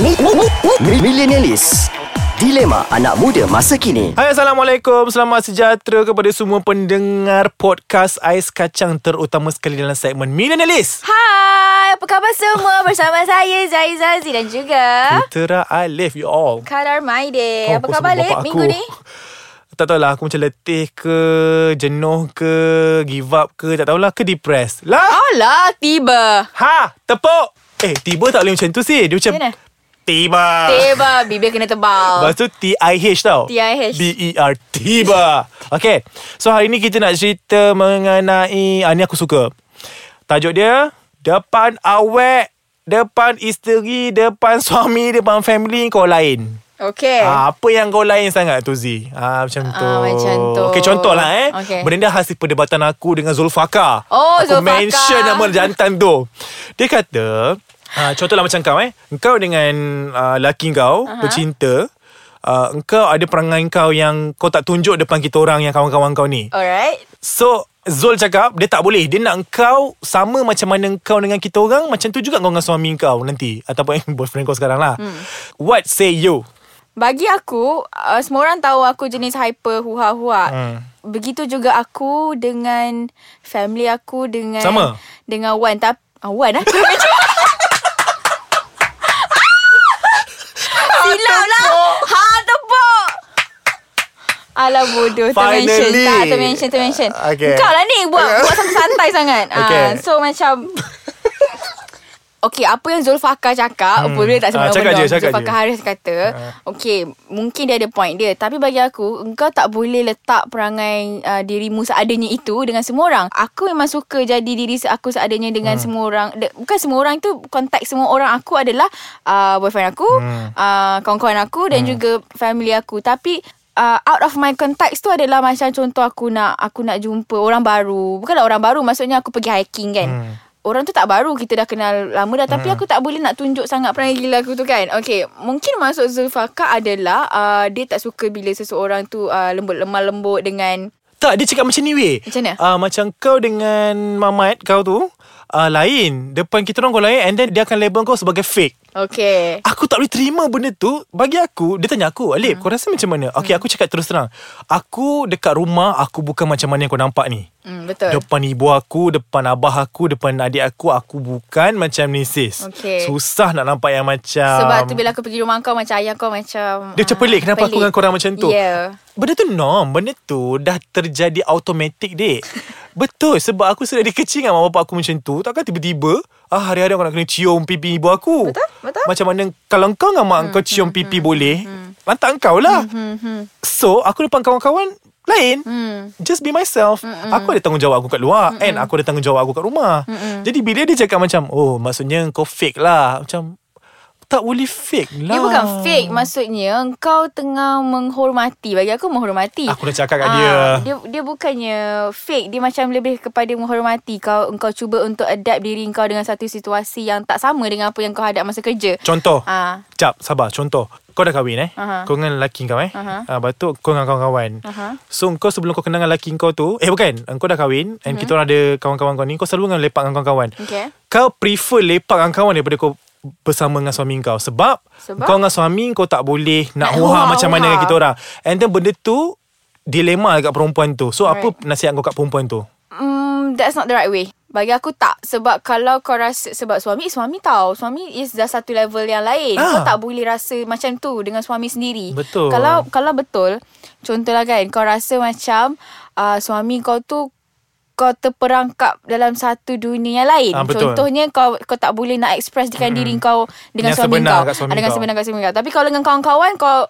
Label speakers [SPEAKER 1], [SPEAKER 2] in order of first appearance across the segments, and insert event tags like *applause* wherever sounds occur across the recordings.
[SPEAKER 1] Mi- mi- mi- mi- Millenialis Dilema anak muda masa kini
[SPEAKER 2] Hai Assalamualaikum Selamat sejahtera kepada semua pendengar podcast Ais Kacang Terutama sekali dalam segmen Millenialis
[SPEAKER 3] Hai, apa khabar semua? Bersama saya Zai Zazi dan juga
[SPEAKER 2] Putera Alif you all
[SPEAKER 3] Kadar
[SPEAKER 2] Kau
[SPEAKER 3] Maide. apa
[SPEAKER 2] pun
[SPEAKER 3] khabar
[SPEAKER 2] sebut
[SPEAKER 3] Lip
[SPEAKER 2] bapak
[SPEAKER 3] minggu
[SPEAKER 2] aku.
[SPEAKER 3] ni?
[SPEAKER 2] Tak tahulah aku macam letih ke Jenuh ke Give up ke Tak tahulah ke depressed Lah
[SPEAKER 3] Alah, tiba.
[SPEAKER 2] Ha Tepuk Eh tiba tak boleh macam tu sih Dia macam
[SPEAKER 3] Macam mana?
[SPEAKER 2] Tiba
[SPEAKER 3] Tiba, bibir kena
[SPEAKER 2] *laughs*
[SPEAKER 3] tebal.
[SPEAKER 2] Lepas tu T-I-H tau E
[SPEAKER 3] T-I-H.
[SPEAKER 2] B-E-R Tiba Okay So hari ni kita nak cerita mengenai ah, Ni aku suka Tajuk dia Depan awek Depan isteri Depan *laughs* suami Depan family Kau lain
[SPEAKER 3] Okay.
[SPEAKER 2] Ah, apa yang kau lain sangat tu Z ah, Macam tu
[SPEAKER 3] Eh. Ah, macam tu.
[SPEAKER 2] Okay contohlah eh
[SPEAKER 3] Okey.
[SPEAKER 2] Benda ni hasil perdebatan aku Dengan Zulfaka
[SPEAKER 3] Oh,
[SPEAKER 2] Aku
[SPEAKER 3] Zulfaqar.
[SPEAKER 2] mention nama jantan tu Dia kata ah, Contohlah macam kau eh Kau dengan ah, laki kau uh-huh. Bercinta ah, Engkau ada perangai kau yang Kau tak tunjuk depan kita orang Yang kawan-kawan kau ni
[SPEAKER 3] Alright.
[SPEAKER 2] So Zul cakap Dia tak boleh Dia nak kau Sama macam mana kau dengan kita orang Macam tu juga kau dengan suami kau nanti Ataupun *laughs* boyfriend kau sekarang lah hmm. What say you?
[SPEAKER 3] Bagi aku, uh, semua orang tahu aku jenis hyper huha-huha. Hmm. Begitu juga aku dengan family aku dengan
[SPEAKER 2] Sama.
[SPEAKER 3] dengan Wan tapi ah, Wan *laughs* aku Silap lah. Ha tepuk. Alah bodoh Termention
[SPEAKER 2] Finally. Ah,
[SPEAKER 3] Tak termention Termention
[SPEAKER 2] Okay.
[SPEAKER 3] Kau lah ni Buat, buat santai sangat
[SPEAKER 2] *laughs* Okay.
[SPEAKER 3] Ah, So macam Okay apa yang Zulfakar cakap hmm. Boleh tak
[SPEAKER 2] Ah,
[SPEAKER 3] sebenarnya
[SPEAKER 2] cakap je, cakap je. Ah.
[SPEAKER 3] Zulfakar Haris kata Okay Mungkin dia ada point dia Tapi bagi aku Engkau tak boleh letak perangai uh, Dirimu seadanya itu Dengan semua orang Aku memang suka jadi diri se- aku seadanya Dengan hmm. semua orang De- Bukan semua orang tu Konteks semua orang aku adalah uh, Boyfriend aku hmm. uh, Kawan-kawan aku Dan
[SPEAKER 2] Hmm.
[SPEAKER 3] juga family aku Tapi Uh, out of my context tu adalah macam contoh aku nak aku nak jumpa orang baru bukanlah orang baru maksudnya aku pergi hiking kan hmm orang tu tak baru kita dah kenal lama dah
[SPEAKER 2] Hmm.
[SPEAKER 3] tapi aku tak boleh nak tunjuk sangat perangai gila aku tu kan okay mungkin maksud Zulfaka adalah uh, dia tak suka bila seseorang tu uh, lembut lemah lembut dengan
[SPEAKER 2] Tak, dia cakap macam ni weh.
[SPEAKER 3] Macam mana?
[SPEAKER 2] Uh, macam kau dengan Mamat kau tu, uh, lain. Depan kita orang kau lain and then dia akan label kau sebagai fake.
[SPEAKER 3] okay
[SPEAKER 2] Aku tak boleh terima benda tu. Bagi aku, dia tanya aku, Alip, hmm. kau rasa macam mana? Okay, aku cakap terus terang. Aku dekat rumah, aku bukan macam mana yang kau nampak ni.
[SPEAKER 3] hmm, betul
[SPEAKER 2] Depan ibu aku Depan abah aku Depan adik aku Aku bukan macam ni sis
[SPEAKER 3] Okay.
[SPEAKER 2] Susah nak nampak yang macam
[SPEAKER 3] sebab tu bila aku pergi rumah kau macam ayah kau
[SPEAKER 2] um,
[SPEAKER 3] macam
[SPEAKER 2] Dia macam
[SPEAKER 3] ah, Ya.
[SPEAKER 2] pelik Kenapa aku dengan korang macam tu
[SPEAKER 3] yeah.
[SPEAKER 2] Benda tu norm Benda tu dah terjadi automatic *laughs* dek Betul Sebab aku sudah dikecil dengan mak bapak aku macam tu Takkan tiba-tiba ah, Hari-hari aku nak kena cium pipi ibu aku
[SPEAKER 3] Betul, betul.
[SPEAKER 2] Macam mana Kalau kau dengan mak hmm, kau cium hmm, pipi hmm, boleh hmm. Lantak kau lah hmm, hmm. So aku depan kawan-kawan lain hmm. Just be myself hmm, Aku ada tanggungjawab aku kat luar hmm, And aku ada tanggungjawab aku kat rumah hmm, Jadi bila dia cakap macam Oh maksudnya kau fake lah Macam tak boleh fake lah
[SPEAKER 3] Dia bukan fake Maksudnya Engkau tengah menghormati Bagi aku menghormati
[SPEAKER 2] Aku dah cakap kat
[SPEAKER 3] Ah,
[SPEAKER 2] dia.
[SPEAKER 3] dia Dia bukannya fake Dia macam lebih kepada menghormati Kau engkau cuba untuk adapt diri kau Dengan satu situasi yang tak sama Dengan apa yang kau hadap masa kerja
[SPEAKER 2] Contoh
[SPEAKER 3] Ah.
[SPEAKER 2] Jap sabar Contoh Kau dah kahwin eh
[SPEAKER 3] Aha.
[SPEAKER 2] Kau dengan lelaki kau eh
[SPEAKER 3] Aha.
[SPEAKER 2] uh, Lepas tu kau dengan kawan-kawan
[SPEAKER 3] Aha.
[SPEAKER 2] So kau sebelum kau kenal dengan lelaki kau tu Eh bukan Kau dah kahwin And kita orang ada kawan-kawan kau ni Kau selalu dengan lepak dengan kawan-kawan
[SPEAKER 3] Mhm. Okay.
[SPEAKER 2] Kau prefer lepak dengan kawan Daripada kau bersama dengan suami kau Sebab,
[SPEAKER 3] Sebab?
[SPEAKER 2] Kau dengan suami kau tak boleh Nak
[SPEAKER 3] Nak
[SPEAKER 2] huha
[SPEAKER 3] huha,
[SPEAKER 2] macam mana
[SPEAKER 3] huha.
[SPEAKER 2] dengan kita orang And then benda tu Dilema dekat perempuan tu So apa nasihat kau kat perempuan tu
[SPEAKER 3] mm, That's not the right way Bagi aku tak Sebab kalau kau rasa Sebab suami Suami tau Suami is dah satu level yang lain
[SPEAKER 2] Ah.
[SPEAKER 3] ah. Kau tak boleh rasa Macam tu Dengan suami sendiri
[SPEAKER 2] Betul.
[SPEAKER 3] Kalau kalau betul Contohlah kan Kau rasa macam uh, Suami kau tu kau terperangkap dalam satu dunia yang lain.
[SPEAKER 2] Ah, betul.
[SPEAKER 3] Contohnya kau kau tak boleh nak express dengan diri kau dengan
[SPEAKER 2] Yang
[SPEAKER 3] suami
[SPEAKER 2] sebenar
[SPEAKER 3] kau.
[SPEAKER 2] kat suami
[SPEAKER 3] Ah, dengan
[SPEAKER 2] kau.
[SPEAKER 3] sebenar kat suami kau. Tapi kalau dengan kawan-kawan kau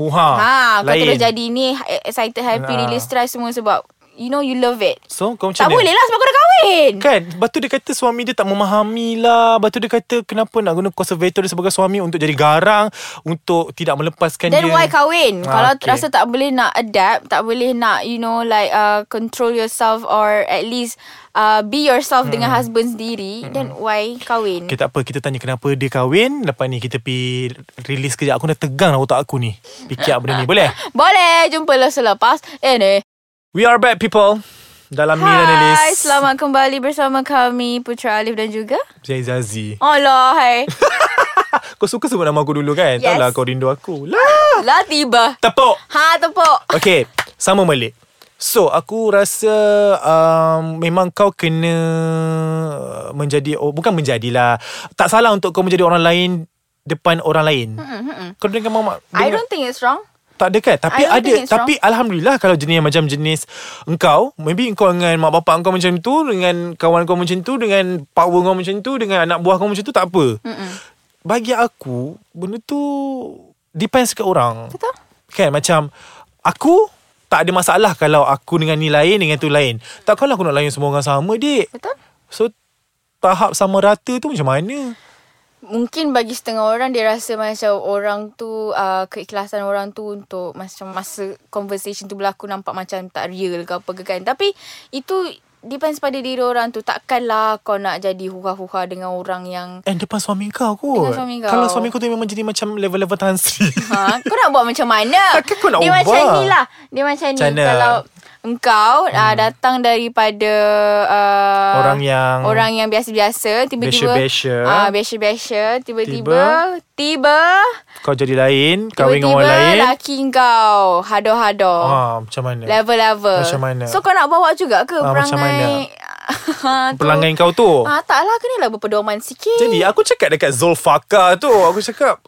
[SPEAKER 2] Huha
[SPEAKER 3] ha, kau
[SPEAKER 2] Ah, Lain
[SPEAKER 3] terus jadi ni excited, happy,
[SPEAKER 2] Ah.
[SPEAKER 3] release stress semua sebab you know you love it.
[SPEAKER 2] So kau macam
[SPEAKER 3] Tak
[SPEAKER 2] mana
[SPEAKER 3] boleh lah sebab kau dah kahwin.
[SPEAKER 2] Kan Lepas tu dia kata suami dia tak memahami lah Lepas tu dia kata Kenapa nak guna konservator dia sebagai suami Untuk jadi garang Untuk tidak melepaskan
[SPEAKER 3] Then
[SPEAKER 2] dia
[SPEAKER 3] why kahwin?
[SPEAKER 2] Ah,
[SPEAKER 3] Kalau
[SPEAKER 2] okay.
[SPEAKER 3] rasa tak boleh nak adapt, tak boleh nak you know like uh, control yourself or at least uh, be yourself dengan husband sendiri, then why
[SPEAKER 2] Hmm.
[SPEAKER 3] kahwin?
[SPEAKER 2] Okay tak apa Kita tanya kenapa dia kahwin Lepas ni kita pi Release kejap Aku dah tegang lah otak aku ni Fikir up benda ni Boleh?
[SPEAKER 3] Boleh jumpa lah selepas. Eh ni.
[SPEAKER 2] We are back people Dalam Millenialis
[SPEAKER 3] Hai, selamat kembali bersama kami Putra Alif dan juga
[SPEAKER 2] *laughs* Zazie
[SPEAKER 3] Allah hai.
[SPEAKER 2] Kau suka sebut nama aku dulu kan
[SPEAKER 3] Yes.
[SPEAKER 2] Tahu lah kau rindu aku Lah
[SPEAKER 3] Lah tiba
[SPEAKER 2] Tepuk
[SPEAKER 3] Ha tepuk
[SPEAKER 2] Okay Sama Malik So aku rasa um, Memang kau kena Menjadi oh, Bukan menjadilah Tak salah untuk kau menjadi orang lain Depan orang lain Kau dengan mama
[SPEAKER 3] Hmm, I don't think it's wrong
[SPEAKER 2] tak ada kan Tapi
[SPEAKER 3] I don't
[SPEAKER 2] ada
[SPEAKER 3] think it's
[SPEAKER 2] Tapi Alhamdulillah Kalau jenis macam jenis Engkau Maybe engkau dengan Mak bapak kau macam tu Dengan kawan kau macam tu Dengan power kau macam tu Dengan anak buah kau macam tu Tak apa
[SPEAKER 3] Hmm,
[SPEAKER 2] Mm-mm. Bagi aku Benda tu Depends kat orang
[SPEAKER 3] Betul
[SPEAKER 2] Kan macam Aku Tak ada masalah Kalau aku dengan ni lain Dengan tu lain Takkanlah aku nak layan semua orang sama dik
[SPEAKER 3] Betul
[SPEAKER 2] So Tahap sama rata tu macam mana
[SPEAKER 3] Mungkin bagi setengah orang Dia rasa macam Orang tu uh, Keikhlasan orang tu Untuk macam Masa conversation tu berlaku Nampak macam tak real ke apa ke kan Tapi Itu Depends pada diri orang tu Takkanlah kau nak jadi Huha-huha dengan orang yang
[SPEAKER 2] And depan suami kau kot
[SPEAKER 3] Dengan suami kau.
[SPEAKER 2] Kalau suami kau tu memang jadi macam Level-level Tan
[SPEAKER 3] *laughs*
[SPEAKER 2] Sri
[SPEAKER 3] ha, Kau nak buat macam mana
[SPEAKER 2] *laughs* Takkan kau nak
[SPEAKER 3] Dia
[SPEAKER 2] ubah.
[SPEAKER 3] macam ni lah Dia macam ni
[SPEAKER 2] Macam mana?
[SPEAKER 3] Kalau Engkau hmm. uh, Datang daripada uh,
[SPEAKER 2] Orang yang-
[SPEAKER 3] Orang yang biasa-biasa Tiba-tiba
[SPEAKER 2] Biasa-biasa.
[SPEAKER 3] Ah, Biasa-biasa Tiba-tiba Tiba
[SPEAKER 2] Kau jadi lain Kau dengan
[SPEAKER 3] Tiba-tiba
[SPEAKER 2] orang lain
[SPEAKER 3] Laki kau Hado-hado
[SPEAKER 2] ah, Macam mana
[SPEAKER 3] Level-level
[SPEAKER 2] Macam mana?
[SPEAKER 3] So kau nak bawa juga ke
[SPEAKER 2] Ah,
[SPEAKER 3] Perangai
[SPEAKER 2] macam
[SPEAKER 3] *laughs* mana?
[SPEAKER 2] Pelanggan kau tu
[SPEAKER 3] Ah, tak lah Kenalah berpedoman sikit
[SPEAKER 2] Jadi aku cakap dekat Zulfaka tu Aku cakap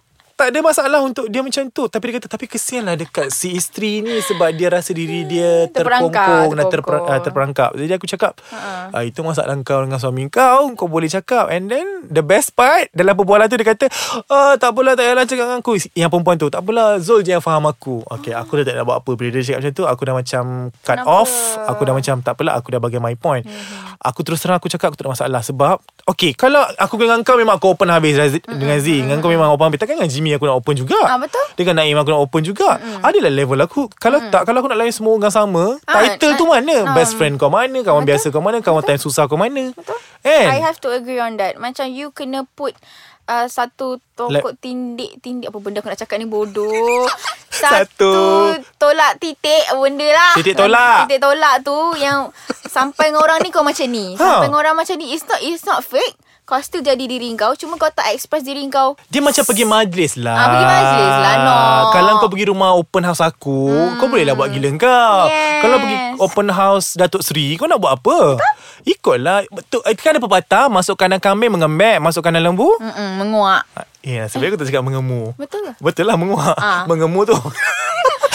[SPEAKER 2] tak ada masalah untuk dia macam tu Tapi dia kata Tapi kesianlah dekat si isteri ni Sebab dia rasa diri dia
[SPEAKER 3] Hmm, Terperangkap,
[SPEAKER 2] terpongkong Dan terper,
[SPEAKER 3] terpongkong. Ha.
[SPEAKER 2] uh, terperangkap Jadi aku cakap uh-huh. uh, Itu masalah kau dengan suami kau Kau boleh cakap And then the best part Dalam perbualan tu dia kata ah, Tak apalah tak payahlah cakap dengan aku Yang perempuan tu Tak apalah Zul je yang faham aku Okay aku dah tak nak buat apa Bila dia cakap macam tu Aku dah macam cut
[SPEAKER 3] Kenapa?
[SPEAKER 2] off Aku dah macam tak apalah Aku dah bagi my point
[SPEAKER 3] Mm-hmm.
[SPEAKER 2] Aku terus terang aku cakap Aku tak ada masalah Sebab Okay kalau aku dengan kau Memang aku open habis Razi- Dengan Z Dengan kau memang open habis Takkan dengan Jimmy aku nak open juga
[SPEAKER 3] Mm-hmm. Ah, betul. Mm-hmm.
[SPEAKER 2] Dengan Naim aku nak open juga Adalah level aku Kalau tak Kalau aku nak layan semua orang sama
[SPEAKER 3] Ah,
[SPEAKER 2] Title tu
[SPEAKER 3] ah,
[SPEAKER 2] mana
[SPEAKER 3] ah.
[SPEAKER 2] Best friend kau mana Kawan
[SPEAKER 3] Betul.
[SPEAKER 2] biasa kau mana Kawan time susah kau mana
[SPEAKER 3] Betul.
[SPEAKER 2] Kan
[SPEAKER 3] I have to agree on that. Macam you kena put uh, satu tokok tindik tindik apa benda aku nak cakap ni bodoh.
[SPEAKER 2] *laughs* Satu.
[SPEAKER 3] satu tolak titik apa benda lah.
[SPEAKER 2] Titik tolak.
[SPEAKER 3] Titik tolak tu yang sampai dengan orang ni kau macam ni.
[SPEAKER 2] Ha.
[SPEAKER 3] Sampai dengan orang macam ni it's not it's not fake. Kau still jadi diri kau Cuma kau tak express diri kau
[SPEAKER 2] Dia macam pergi majlis lah
[SPEAKER 3] Ah, pergi majlis lah, no.
[SPEAKER 2] Kalau kau pergi rumah open house aku hmm. Kau bolehlah buat gila kau
[SPEAKER 3] Yes.
[SPEAKER 2] Kalau pergi open house Datuk Seri Kau nak buat apa? Betul Ikutlah Betul eh, Kan ada pepatah Masuk kanan kambing mengemek Masuk kanan lembu hmm.
[SPEAKER 3] Mm-mm, Menguak
[SPEAKER 2] Ya yeah, sebenarnya aku tak cakap mengemu
[SPEAKER 3] Betul ke?
[SPEAKER 2] Betul lah menguak *laughs*
[SPEAKER 3] Ah.
[SPEAKER 2] Mengemu
[SPEAKER 3] *laughs*
[SPEAKER 2] tu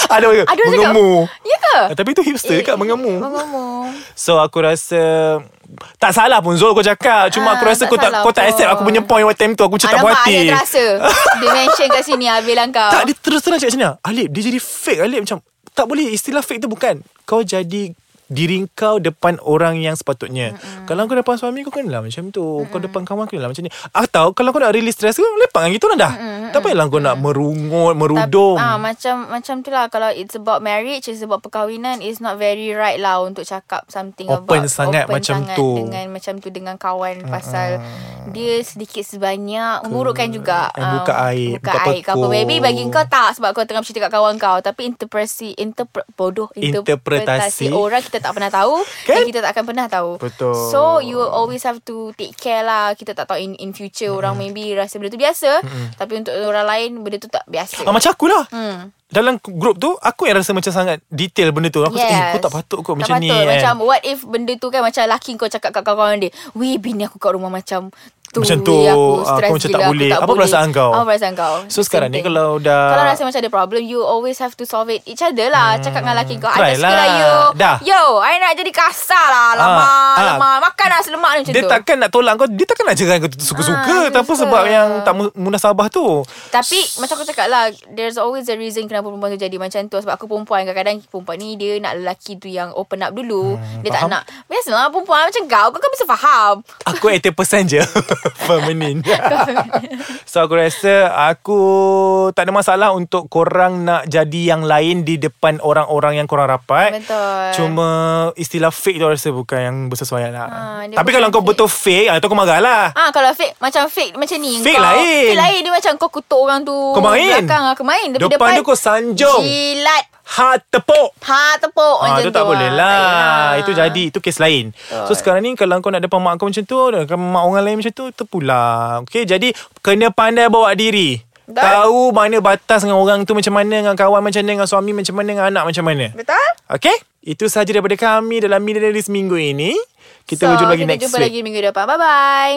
[SPEAKER 2] Ada orang cakap,
[SPEAKER 3] Ada orang cakap-
[SPEAKER 2] Mengemu
[SPEAKER 3] Ya ke?
[SPEAKER 2] Ah, Tapi tu hipster dekat mengemu
[SPEAKER 3] Mengumu
[SPEAKER 2] So aku rasa Tak salah pun Zul kau cakak Cuma
[SPEAKER 3] Ah,
[SPEAKER 2] aku rasa
[SPEAKER 3] tak
[SPEAKER 2] kau tak
[SPEAKER 3] salah
[SPEAKER 2] Kau tak
[SPEAKER 3] pun.
[SPEAKER 2] accept aku punya point Waktu time tu Aku cakap
[SPEAKER 3] Alamak
[SPEAKER 2] hati
[SPEAKER 3] dia
[SPEAKER 2] *laughs*
[SPEAKER 3] terasa Dia mention kat sini Habis lah kau
[SPEAKER 2] tak dia terus terang cakap macam ni lah. Alip dia jadi fake Alip macam Tak boleh istilah fake tu bukan Kau jadi diri kau depan orang yang sepatutnya mm-hmm. Kalau kau depan suami kau kenalah macam tu mm-hmm. Kau depan kawan kenalah macam ni Atau kalau kau nak release stress kau Lepak dengan kita orang dah mm-hmm. Tak payahlah kau nak merungut Merudung
[SPEAKER 3] Ah, macam macam tu lah Kalau it's about marriage It's about perkahwinan It's not very right lah Untuk cakap something
[SPEAKER 2] Open
[SPEAKER 3] about
[SPEAKER 2] sangat macam
[SPEAKER 3] sangat
[SPEAKER 2] tu.
[SPEAKER 3] Dengan macam tu Dengan kawan Pasal Dia sedikit sebanyak Mengurutkan juga Ah,
[SPEAKER 2] Eh, buka air,
[SPEAKER 3] Buka,
[SPEAKER 2] buka
[SPEAKER 3] air kau apa
[SPEAKER 2] pekuk.
[SPEAKER 3] Maybe bagi kau tak Sebab kau tengah cerita kat kawan kau Tapi interpretasi interpre, Bodoh
[SPEAKER 2] Interpretasi.
[SPEAKER 3] Interpretasi Orang kita tak pernah tahu
[SPEAKER 2] Kan?
[SPEAKER 3] Dan kita tak akan pernah tahu
[SPEAKER 2] Betul.
[SPEAKER 3] So you will always have to Take care lah Kita tak tahu in, in future Orang maybe rasa benda tu biasa Tapi untuk orang lain Benda tu tak biasa
[SPEAKER 2] ah, Macam akulah mm. Dalam grup tu Aku yang rasa macam sangat Detail benda tu Aku cakap eh kau tak patut kau
[SPEAKER 3] Tak
[SPEAKER 2] macam ni
[SPEAKER 3] patut.
[SPEAKER 2] kan.
[SPEAKER 3] Macam what if benda tu kan Macam laki kau cakap kat kawan dia Weh bini aku kat rumah macam tu
[SPEAKER 2] Macam
[SPEAKER 3] weh,
[SPEAKER 2] tu.
[SPEAKER 3] aku
[SPEAKER 2] Ah,
[SPEAKER 3] stress
[SPEAKER 2] kau macam tak
[SPEAKER 3] gila, aku
[SPEAKER 2] boleh. Apa perasaan kau?
[SPEAKER 3] Apa perasaan kau
[SPEAKER 2] So, sekarang
[SPEAKER 3] Same
[SPEAKER 2] ni
[SPEAKER 3] thing.
[SPEAKER 2] kalau dah- Hmm,
[SPEAKER 3] Kalau rasa macam ada problem You always have to solve it Each other lah Cakap dengan laki kau I
[SPEAKER 2] Try
[SPEAKER 3] tak suka lah
[SPEAKER 2] lah.
[SPEAKER 3] you
[SPEAKER 2] Dah.
[SPEAKER 3] Yo I nak jadi kasar lah Lama
[SPEAKER 2] Ah, ah.
[SPEAKER 3] Lama Makan lah selemak ni macam
[SPEAKER 2] dia
[SPEAKER 3] tu
[SPEAKER 2] takkan nak tolak kau Dia takkan nak cerai kau
[SPEAKER 3] Ah,
[SPEAKER 2] suka-suka Tanpa
[SPEAKER 3] suka-suka.
[SPEAKER 2] sebab yang Tak mu- munasabah tu
[SPEAKER 3] Tapi macam aku cakap lah There's always a reason Kenapa perempuan tu jadi macam tu Sebab aku perempuan Kadang-kadang perempuan ni Dia nak lelaki tu yang open up dulu hmm, Dia
[SPEAKER 2] faham.
[SPEAKER 3] tak nak Biasalah perempuan macam kau Kau kan bisa faham
[SPEAKER 2] Aku 80% je *laughs* Feminine
[SPEAKER 3] *laughs*
[SPEAKER 2] So aku rasa Aku Tak ada masalah Untuk korang nak jadi Yang lain Di depan orang-orang Yang korang rapat
[SPEAKER 3] Betul.
[SPEAKER 2] Cuma Istilah fake tu aku rasa Bukan yang bersesuaian lah
[SPEAKER 3] Ah, dia
[SPEAKER 2] Tapi
[SPEAKER 3] bukan
[SPEAKER 2] kalau kau
[SPEAKER 3] fake.
[SPEAKER 2] betul fake ah, Itu kau marah lah
[SPEAKER 3] Ah kalau fake Macam fake macam ni
[SPEAKER 2] Fake
[SPEAKER 3] kau,
[SPEAKER 2] lain.
[SPEAKER 3] Fake lain Dia macam kau kutuk orang tu
[SPEAKER 2] Kau main
[SPEAKER 3] Belakang aku main
[SPEAKER 2] Depan,
[SPEAKER 3] Depan,
[SPEAKER 2] dia kau sanjung
[SPEAKER 3] Jilat
[SPEAKER 2] Hard tepuk
[SPEAKER 3] Ha tepuk
[SPEAKER 2] Ah,
[SPEAKER 3] macam
[SPEAKER 2] tu tak
[SPEAKER 3] tu,
[SPEAKER 2] boleh
[SPEAKER 3] ah.
[SPEAKER 2] lah.
[SPEAKER 3] Tak
[SPEAKER 2] Itu
[SPEAKER 3] yelah.
[SPEAKER 2] jadi. Itu kes lain. So
[SPEAKER 3] Betul.
[SPEAKER 2] sekarang ni kalau kau nak depan mak kau macam tu, kalau mak orang lain macam tu, tu pula. Okay, jadi kena pandai bawa diri.
[SPEAKER 3] Betul.
[SPEAKER 2] Tahu mana batas dengan orang tu macam mana, dengan kawan macam mana, dengan suami macam mana, dengan anak macam mana.
[SPEAKER 3] Betul?
[SPEAKER 2] Okay? Itu sahaja daripada kami dalam Millionaires minggu ini. Kita
[SPEAKER 3] So,
[SPEAKER 2] so, jumpa lagi
[SPEAKER 3] kita
[SPEAKER 2] next
[SPEAKER 3] jumpa
[SPEAKER 2] week.
[SPEAKER 3] lagi minggu depan. Bye-bye.